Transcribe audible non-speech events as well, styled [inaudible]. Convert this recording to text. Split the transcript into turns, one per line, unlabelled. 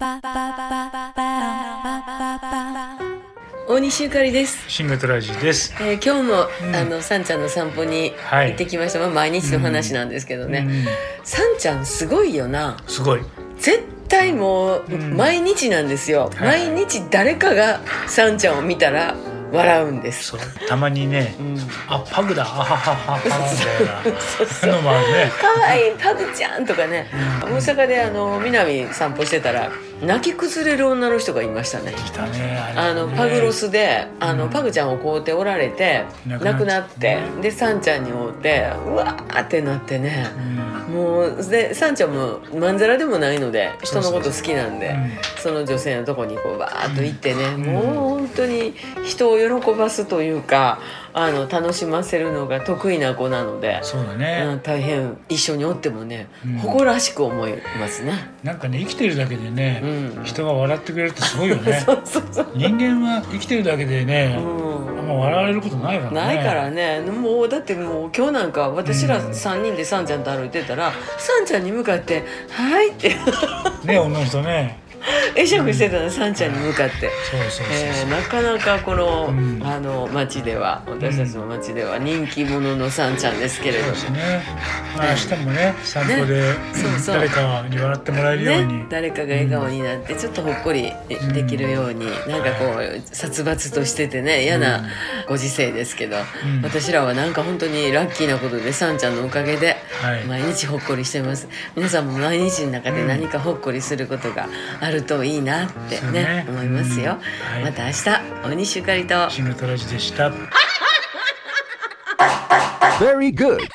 ba ba ba ba ba ba 大西ゆかりです、
シングトラジーです。
えー、今日も、
うん
あのさんちゃんの散歩に
はい。
行ってきました、まあ、毎日の話なんですけどね、
うん
さんちゃんすごいよな
すごい。
絶対もう、
うん
毎日なんですよ、
はい
毎日誰かがさんちゃんを見たら笑うんです、
そう。たまにね
う、ん、
あ、パグだ、あはははは、み
そう
た
そ
いうなのもあるね。
かわいいパグちゃんとかね大阪であの南散歩してたら泣き崩れる女の人がいましたね
来たね。
あのパグロスであの、
うん
パグちゃんをこうておられて
亡く
亡
なっ
くなってでサンちゃんに会うてうわーってなってね
うん。うん。
もうでサンちゃんもまんざらでもないので人のこと好きなんで。その女性のとこにこうバーッと行ってね、
ん
もう本当に人を喜ばすというかあの楽しませるのが得意な子なので、
そうだ
う
ね。
ん、大変一緒におってもね、
うん
誇らしく思いますね。
なんかね、生きてるだけで
う
ね、
ん、
人が笑ってくれるってすごいよね
[laughs] そ。うそうそう、
人間は生きてるだけでね、
うん
あんま笑われることないからね。
ないからねもうだってもう今日なんか私ら3人でさんちゃんと歩いてたら、さんちゃんに向かって「はい」って
ね、女の人ね。
会釈してたのさんちゃんに向かって。
そうそうそう
え
そ
ーなかなかこの,、
うん
あの町では私たちの町では人気者のさんちゃんですけれど
う。
も
ですね。まあ明日もね、散歩
そ
で
うそう
誰かに笑ってもらえるように
ね。、誰かが笑顔になってちょっとほっこりできるように、なんかこう殺伐としててね嫌
うん
なご時世ですけど、
うん
私らはなんか本当にラッキーなことでさんちゃんのおかげで
はい
毎日ほっこりしてます皆さんも毎日の中で何かほっこりすることがあるといいなって
そう
ね
ね
思いますよ、
うんは
ま
い
た明日大西ゆかりと
シングルトラジでした。
Very good.